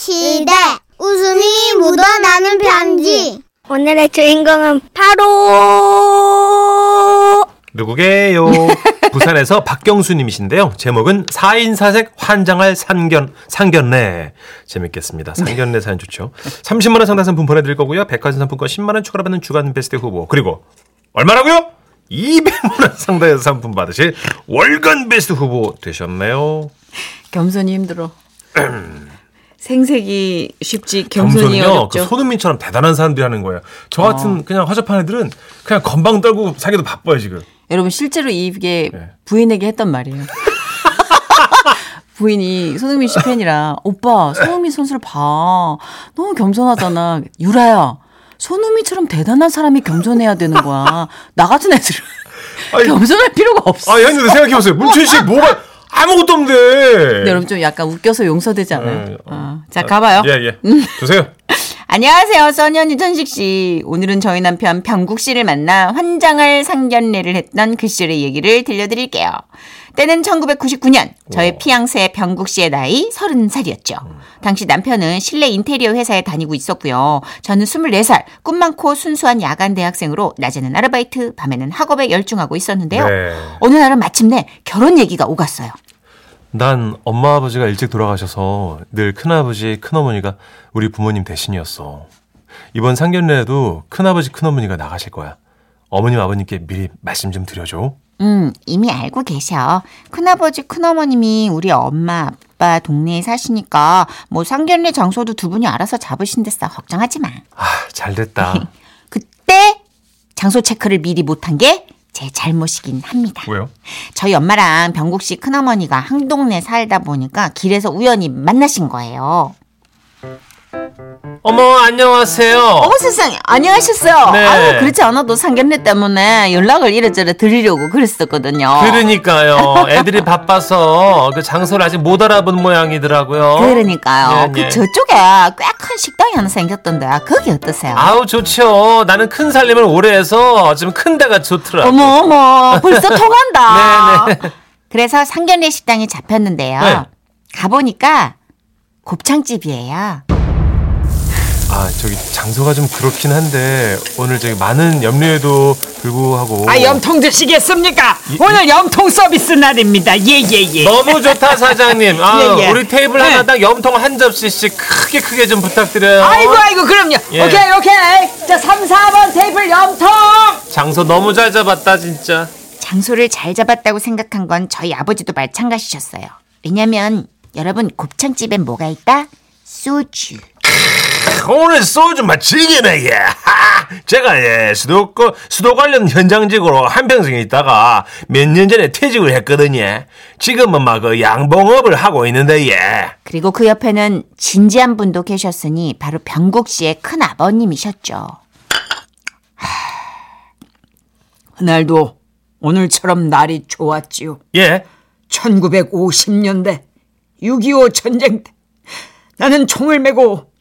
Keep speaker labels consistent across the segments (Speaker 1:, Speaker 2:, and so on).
Speaker 1: 시대 웃음이 묻어나는 편지
Speaker 2: 오늘의 주인공은 바로
Speaker 3: 누구게요? 부산에서 박경수님이신데요. 제목은 4인 사색 환장할 상견, 상견례. 재밌겠습니다.
Speaker 4: 네.
Speaker 3: 상견례 사연 좋죠. 30만원 상당 상품 보내드릴 거고요. 백화점 상품권 10만원 추가로 받는 주간 베스트 후보. 그리고, 얼마라고요? 200만원 상당의 상품 받으실 월간 베스트 후보 되셨네요.
Speaker 4: 겸손이 힘들어. 생색이 쉽지 겸손이
Speaker 3: 겸손이요. 그
Speaker 4: 어렵죠. 어.
Speaker 3: 손흥민처럼 대단한 사람들이 하는 거예요. 저 같은 그냥 허접한 애들은 그냥 건방 떨고 사기도 바빠요, 지금.
Speaker 4: 여러분 실제로 이게
Speaker 3: 네.
Speaker 4: 부인에게 했던 말이에요. 부인이 손흥민 씨 팬이라 오빠 손흥민 선수를 봐 너무 겸손하잖아 유라야 손흥민처럼 대단한 사람이 겸손해야 되는 거야 나 같은 애들은
Speaker 3: 아니,
Speaker 4: 겸손할 필요가 없어.
Speaker 3: 아, 형님들 생각해보세요. 문춘 씨 뭐가 아무것도 없는데.
Speaker 4: 근데 네, 여러분 좀 약간 웃겨서 용서되지 않아요?
Speaker 3: 네,
Speaker 4: 어. 자 가봐요.
Speaker 3: 예, 예. 주세요.
Speaker 4: 안녕하세요, 써니언니 천식 씨. 오늘은 저희 남편 병국 씨를 만나 환장할 상견례를 했던 그 시절의 얘기를 들려드릴게요. 때는 1999년, 저의 피앙세 병국 씨의 나이 30살이었죠. 당시 남편은 실내 인테리어 회사에 다니고 있었고요. 저는 24살, 꿈 많고 순수한 야간 대학생으로 낮에는 아르바이트, 밤에는 학업에 열중하고 있었는데요.
Speaker 3: 네.
Speaker 4: 어느 날은 마침내 결혼 얘기가 오갔어요.
Speaker 3: 난 엄마 아버지가 일찍 돌아가셔서 늘 큰아버지 큰어머니가 우리 부모님 대신이었어. 이번 상견례에도 큰아버지 큰어머니가 나가실 거야. 어머님 아버님께 미리 말씀 좀 드려줘.
Speaker 4: 음, 이미 알고 계셔. 큰아버지, 큰어머님이 우리 엄마, 아빠 동네에 사시니까 뭐 상견례 장소도 두 분이 알아서 잡으신댔어. 걱정하지 마.
Speaker 3: 아, 잘 됐다.
Speaker 4: 그때 장소 체크를 미리 못한 게 제 잘못이긴 합니다.
Speaker 3: 왜요?
Speaker 4: 저희 엄마랑 병국 씨 큰어머니가 한 동네 살다 보니까 길에서 우연히 만나신 거예요.
Speaker 3: 어머, 안녕하세요.
Speaker 4: 어머 세상에 안녕하셨어요.
Speaker 3: 네.
Speaker 4: 아유 그렇지 않아도 상견례 때문에 연락을 이래저래 드리려고 그랬었거든요.
Speaker 3: 그러니까요. 애들이 바빠서 그 장소를 아직 못 알아본 모양이더라고요.
Speaker 4: 그러니까요.
Speaker 3: 네,
Speaker 4: 그
Speaker 3: 네.
Speaker 4: 저쪽에 꽤 큰 식당이 하나 생겼던데 아, 거기 어떠세요?
Speaker 3: 아우, 좋죠. 나는 큰 살림을 오래 해서 좀 큰 데가 좋더라.
Speaker 4: 어머 어머 벌써 통한다.
Speaker 3: 네,
Speaker 4: 그래서 상견례 식당이 잡혔는데요.
Speaker 3: 네.
Speaker 4: 가보니까 곱창집이에요.
Speaker 3: 아 저기 장소가 좀 그렇긴 한데 오늘 저기 많은 염려에도 불구하고
Speaker 5: 아 염통 드시겠습니까? 오늘 염통 서비스 날입니다. 예예예.
Speaker 3: 너무 좋다 사장님 아
Speaker 5: 예, 예.
Speaker 3: 우리 테이블
Speaker 5: 네.
Speaker 3: 하나당 염통 한 접시씩 크게 크게 좀 부탁드려요
Speaker 5: 아이고 아이고 그럼요.
Speaker 3: 예.
Speaker 5: 오케이 오케이. 자 3, 4번 테이블 염통.
Speaker 3: 장소 너무 잘 잡았다 진짜
Speaker 4: 장소를 잘 잡았다고 생각한 건 저희 아버지도 마찬가지셨어요. 왜냐면 여러분 곱창집엔 뭐가 있다? 소주.
Speaker 3: 오늘 소주 마치기네 예 하! 제가 예 수도권 수도 관련 현장직으로 한평생에 있다가 몇 년 전에 퇴직을 했거든요 예. 지금은 막 그 양봉업을 하고 있는데 예
Speaker 4: 그리고 그 옆에는 진지한 분도 계셨으니 바로 병국 씨의 큰 아버님이셨죠.
Speaker 5: 날도 오늘처럼 날이 좋았지요.
Speaker 3: 예.
Speaker 5: 1950년대 6.25 전쟁 때 나는 총을 메고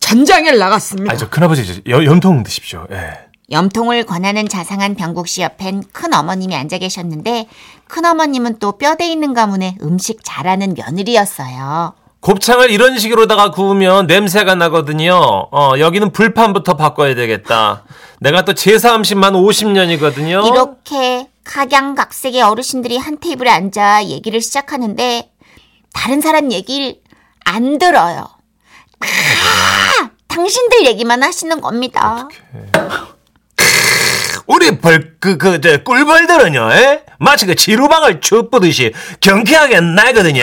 Speaker 5: 전장에 나갔습니다.
Speaker 3: 아 저 큰아버지 이제 여- 염통 드십시오 예.
Speaker 4: 염통을 권하는 자상한 병국 씨 옆엔 큰 어머님이 앉아 계셨는데 큰 어머님은 또 뼈대 있는 가문의 음식 잘하는 며느리였어요.
Speaker 3: 곱창을 이런 식으로다가 구우면 냄새가 나거든요. 어, 여기는 불판부터 바꿔야 되겠다. 내가 또 제사 음식만 50년이거든요.
Speaker 4: 이렇게 각양각색의 어르신들이 한 테이블에 앉아 얘기를 시작하는데 다른 사람 얘기를 안 들어요. 다 당신들 얘기만 하시는 겁니다.
Speaker 3: 우리 벌, 그, 그, 저, 꿀벌들은요, 예? 마치 그 지루방을 쭉 뿌듯이 경쾌하게 날거든요.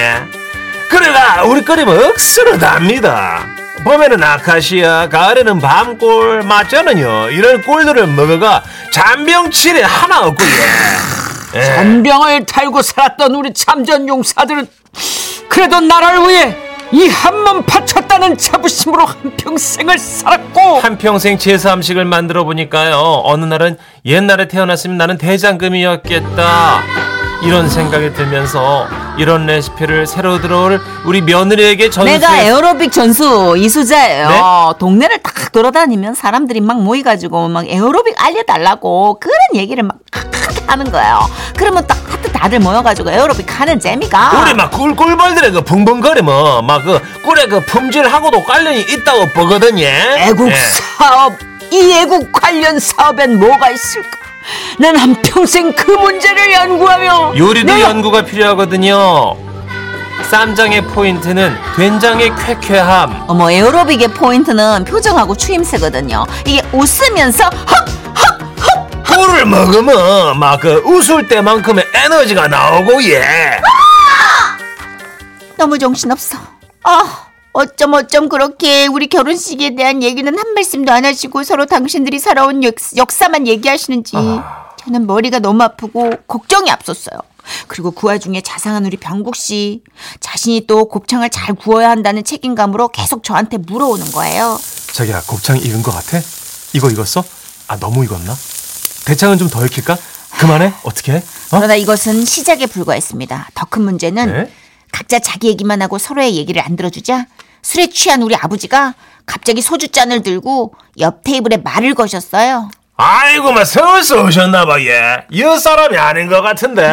Speaker 3: 그래가 우리 끓이면 억수로 답니다. 봄에는 아카시아, 가을에는 밤꿀, 맞저는요, 이런 꿀들을 먹어가 잔병치레 하나 없고요.
Speaker 5: 잔병을 탈고 살았던 우리 참전 용사들은 그래도 나라를 위해 이 한 몸 바쳤다는 자부심으로 한 평생을 살았고
Speaker 3: 한평생 제사 음식을 만들어 보니까요 어느 날은 옛날에 태어났으면 나는 대장금이었겠다 이런 생각이 들면서 이런 레시피를 새로 들어올 우리 며느리에게 전수해
Speaker 4: 내가 에어로빅 전수 이수자예요. 어,
Speaker 3: 네?
Speaker 4: 동네를 딱 돌아다니면 사람들이 막 모여가지고 막 에어로빅 알려달라고 그런 얘기를 막 하는 거예요. 그러면 딱 하트 다들 모여가지고 에어로빅 하는 재미가
Speaker 3: 우리 막 꿀꿀벌들의 그 붕붕거리면 막그 꿀의 그 품질하고도 관련이 있다고 보거든요.
Speaker 5: 애국
Speaker 3: 예.
Speaker 5: 사업 이 애국 관련 사업엔 뭐가 있을까? 난 한평생 그 문제를 연구하며
Speaker 3: 요리도
Speaker 5: 내가
Speaker 3: 연구가 필요하거든요. 쌈장의 포인트는 된장의 쾌쾌함.
Speaker 4: 어머 에어로빅의 포인트는 표정하고 추임새거든요. 이게 웃으면서 헉
Speaker 3: 꿀을 먹으면 막 그 웃을 때만큼의 에너지가 나오고 예.
Speaker 4: 너무 정신없어. 아, 어쩜 어쩜 그렇게 우리 결혼식에 대한 얘기는 한 말씀도 안 하시고 서로 당신들이 살아온 역, 역사만 얘기하시는지 저는 머리가 너무 아프고 걱정이 앞섰어요. 그리고 그 와중에 자상한 우리 병국 씨 자신이 또 곱창을 잘 구워야 한다는 책임감으로 계속 저한테 물어오는 거예요.
Speaker 3: 자기야 곱창 익은 것 같아? 이거 익었어? 아 너무 익었나? 대창은 좀 더 익힐까? 그만해? 어떻게 해? 어?
Speaker 4: 그러나 이것은 시작에 불과했습니다. 더 큰 문제는
Speaker 3: 네?
Speaker 4: 각자 자기 얘기만 하고 서로의 얘기를 안 들어주자 술에 취한 우리 아버지가 갑자기 소주 잔을 들고 옆 테이블에 말을 거셨어요.
Speaker 3: 아이고 막 서울서 오셨나봐 예. 이 사람이 아닌 것 같은데.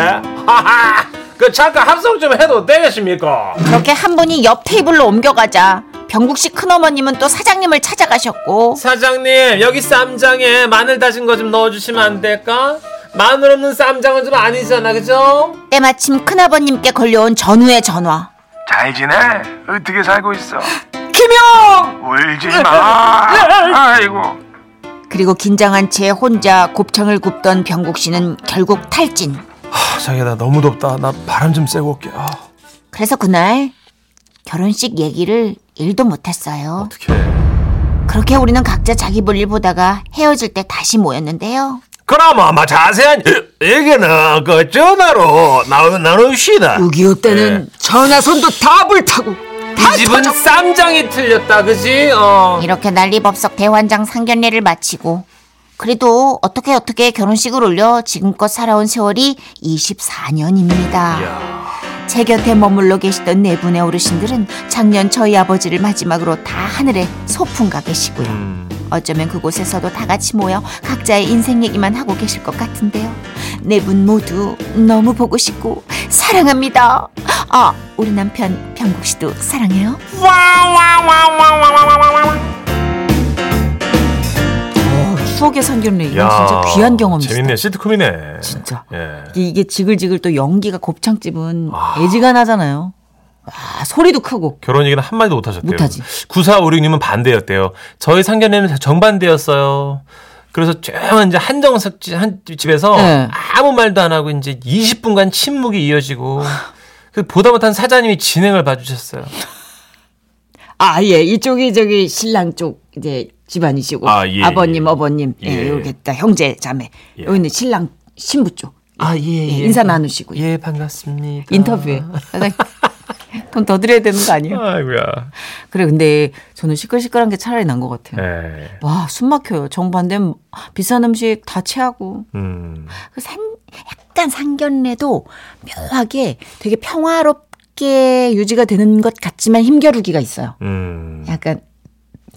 Speaker 3: 하하. 그 잠깐 합성 좀 해도 되겠습니까?
Speaker 4: 그렇게 한 분이 옆 테이블로 옮겨가자 병국 씨 큰어머님은 또 사장님을 찾아가셨고
Speaker 3: 사장님 여기 쌈장에 마늘 다진 거 좀 넣어주시면 안 될까? 마늘 없는 쌈장은 좀 아니잖아 그죠?
Speaker 4: 때마침 큰아버님께 걸려온 전우의 전화.
Speaker 2: 잘 지내? 어떻게 살고 있어?
Speaker 5: 김영
Speaker 2: 울지 마. 아이고.
Speaker 4: 그리고 긴장한 채 혼자 곱창을 굽던 병국 씨는 결국 탈진.
Speaker 3: 아, 자기야 나 너무 덥다 나 바람 좀 쐬고 올게 아
Speaker 4: 그래서 그날 결혼식 얘기를 일도 못했어요.
Speaker 3: 어떡해
Speaker 4: 그렇게 우리는 각자 자기 볼일 보다가 헤어질 때 다시 모였는데요.
Speaker 3: 그럼 아마 자세한 얘기는 그 전화로 나누, 나눕시다
Speaker 5: 6.25 때는 전화선도 다 불타고 다
Speaker 3: 이 집은
Speaker 5: 터져-
Speaker 3: 쌈장이 틀렸다 그지? 어
Speaker 4: 이렇게 난리법석 대환장 상견례를 마치고 그래도 어떻게 어떻게 결혼식을 올려 지금껏 살아온 세월이 24년입니다. 제 곁에 머물러 계시던 네 분의 어르신들은 작년 저희 아버지를 마지막으로 다 하늘에 소풍 가 계시고요. 어쩌면 그곳에서도 다 같이 모여 각자의 인생 얘기만 하고 계실 것 같은데요. 네 분 모두 너무 보고 싶고 사랑합니다. 아, 우리 남편 병국 씨도 사랑해요. 어, 추억의 상견례 이건 진짜 귀한 경험이죠.
Speaker 3: 재밌네 시트콤이네
Speaker 4: 진짜.
Speaker 3: 예.
Speaker 4: 이게- 이게 지글지글 또 연기가 곱창집은
Speaker 3: 아.
Speaker 4: 애지간하잖아요. 와, 소리도 크고.
Speaker 3: 결혼 얘기는 한마디도 못하셨대요.
Speaker 4: 못하지.
Speaker 3: 9456님은 반대였대요. 저희 상견례는 정반대였어요. 그래서 조용한 이제 한정석 지- 한 집에서
Speaker 4: 네.
Speaker 3: 아무 말도 안 하고 이제 20분간 침묵이 이어지고 그 보다 못한 사장님이 진행을 봐주셨어요.
Speaker 5: 아, 예. 이쪽이 저기 신랑 쪽 이제 집안이시고
Speaker 3: 아, 예,
Speaker 5: 버님
Speaker 3: 예.
Speaker 5: 어버님
Speaker 3: 예.
Speaker 5: 예, 여기 다 형제 자매
Speaker 3: 예.
Speaker 5: 여기는 신랑 신부 쪽
Speaker 3: 아, 예,
Speaker 5: 예, 인사 나누시고 요
Speaker 3: 예, 반갑습니다.
Speaker 5: 인터뷰에
Speaker 4: 돈 더 드려야 되는 거 아니에요?
Speaker 3: 아이고야.
Speaker 4: 그래, 근데 저는 시끌시끌한 게 차라리 난 것 같아요.
Speaker 3: 예.
Speaker 4: 와, 숨 막혀요. 정반대는 비싼 음식 다 체하고.
Speaker 3: 음.
Speaker 4: 그 상- 약간 상견례도 묘하게 되게 평화롭게 유지가 되는 것 같지만 힘겨루기가 있어요.
Speaker 3: 음.
Speaker 4: 약간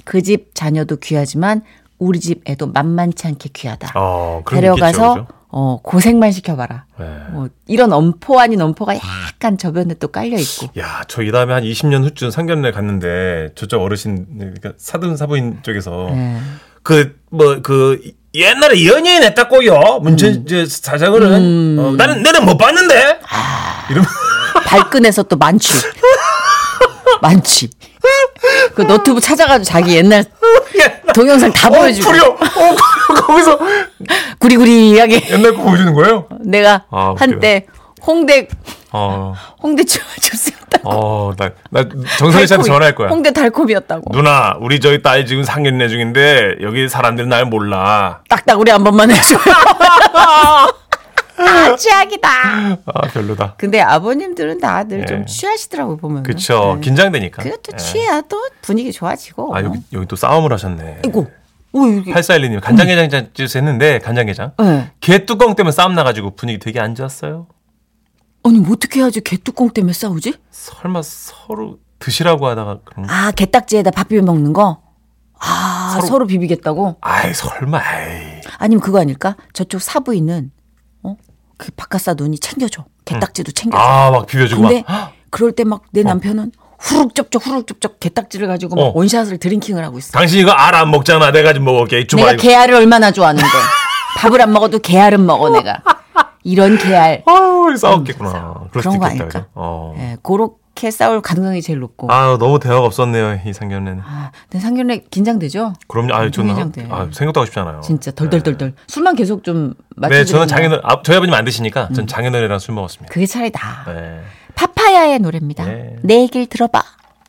Speaker 4: 그 집 자녀도 귀하지만 우리 집 애도 만만치 않게 귀하다.
Speaker 3: 어, 그런 게
Speaker 4: 데려가서
Speaker 3: 있겠죠,
Speaker 4: 어, 고생만 시켜봐라.
Speaker 3: 그죠? 예.
Speaker 4: 뭐 이런 엄포 아닌 엄포가 약간 저변에 또 깔려 있고.
Speaker 3: 야, 저 이 다음에 한 20년 후쯤 상견례 갔는데 저쪽 어르신 그러니까 사돈 사부인 쪽에서
Speaker 4: 예.
Speaker 3: 그 뭐 그 옛날에 연예인 했다고요 문천 음.
Speaker 4: 음.
Speaker 3: 사장은 어, 나는 내는 못 봤는데
Speaker 4: 아, 발끈해서 또 만취. 만취. 그 노트북 찾아가지고 자기 옛날 동영상 다 보여주고
Speaker 3: 어, 어, 거기서
Speaker 4: 구리구리하게
Speaker 3: 옛날 거 보여주는 거예요?
Speaker 4: 내가
Speaker 3: 아, 웃기다.
Speaker 4: 한때 홍대
Speaker 3: 어,
Speaker 4: 홍대 주마주스였다고.
Speaker 3: 어, 나, 나 정선희 씨한테 전화할 거야.
Speaker 4: 홍대 달콤이었다고.
Speaker 3: 누나, 우리 저희 딸 지금 상견례 중인데 여기 사람들이 날 몰라.
Speaker 4: 딱딱 우리 한 번만 해줘요. 아, 취약이다.
Speaker 3: 아 별로다.
Speaker 4: 근데 아버님들은 다들
Speaker 3: 예.
Speaker 4: 좀 취하시더라고 보면.
Speaker 3: 그쵸, 긴장되니까.
Speaker 4: 네. 그래도
Speaker 3: 예.
Speaker 4: 취해야 또 분위기 좋아지고.
Speaker 3: 아 여기 여기 또 싸움을 하셨네.
Speaker 4: 이거. 오 여기.
Speaker 3: 8412님 간장게장 찌스 했는데 간장게장
Speaker 4: 예.
Speaker 3: 개 뚜껑 때문에 싸움 나가지고 분위기 되게 안 좋았어요.
Speaker 4: 아니 뭐 어떻게 해야지 개뚜껑 때문에 싸우지?
Speaker 3: 설마 서로 드시라고 하다가 그런
Speaker 4: 아 개딱지에다 밥 비벼 먹는 거? 아 서로, 비비겠다고?
Speaker 3: 아이 설마 아이
Speaker 4: 아니면 그거 아닐까? 저쪽 사부인은 어그 바깥사 눈이 챙겨줘 개딱지도 챙겨줘.
Speaker 3: 아막 비벼주고
Speaker 4: 근데
Speaker 3: 막
Speaker 4: 그럴 때 막 내 남편은 후룩쩝쩝 후룩쩝쩝 개딱지를 가지고 막
Speaker 3: 어.
Speaker 4: 원샷을 드링킹을 하고 있어.
Speaker 3: 당신 이거 알 안 먹잖아 내가 좀 먹을게 이쪽
Speaker 4: 내가
Speaker 3: 말고
Speaker 4: 개알을 얼마나 좋아하는데 밥을 안 먹어도 개알은 먹어 내가. 이런 개알.
Speaker 3: 아우 싸웠겠구나 그럴 수도
Speaker 4: 음. 그런
Speaker 3: 있겠다
Speaker 4: 거 아닐까?
Speaker 3: 그죠? 어.
Speaker 4: 예, 그렇게 싸울 가능성이 제일 높고. 아,
Speaker 3: 아 너무 대화가 없었네요 이 상견례는
Speaker 4: 근데 상견례 긴장되죠?
Speaker 3: 그럼요 아 저는
Speaker 4: 긴장돼.
Speaker 3: 아, 생각도 하고 싶지 않아요
Speaker 4: 진짜 덜덜덜덜. 술만 계속 좀 맞춰.
Speaker 3: 네 저는 장인어 아, 저희 아버님 안 드시니까
Speaker 4: 음.
Speaker 3: 전 장인어른이랑 술 먹었습니다
Speaker 4: 그게 차라리 나.
Speaker 3: 네.
Speaker 4: 파파야의 노래입니다.
Speaker 3: 네.
Speaker 4: 내 얘기를 들어봐.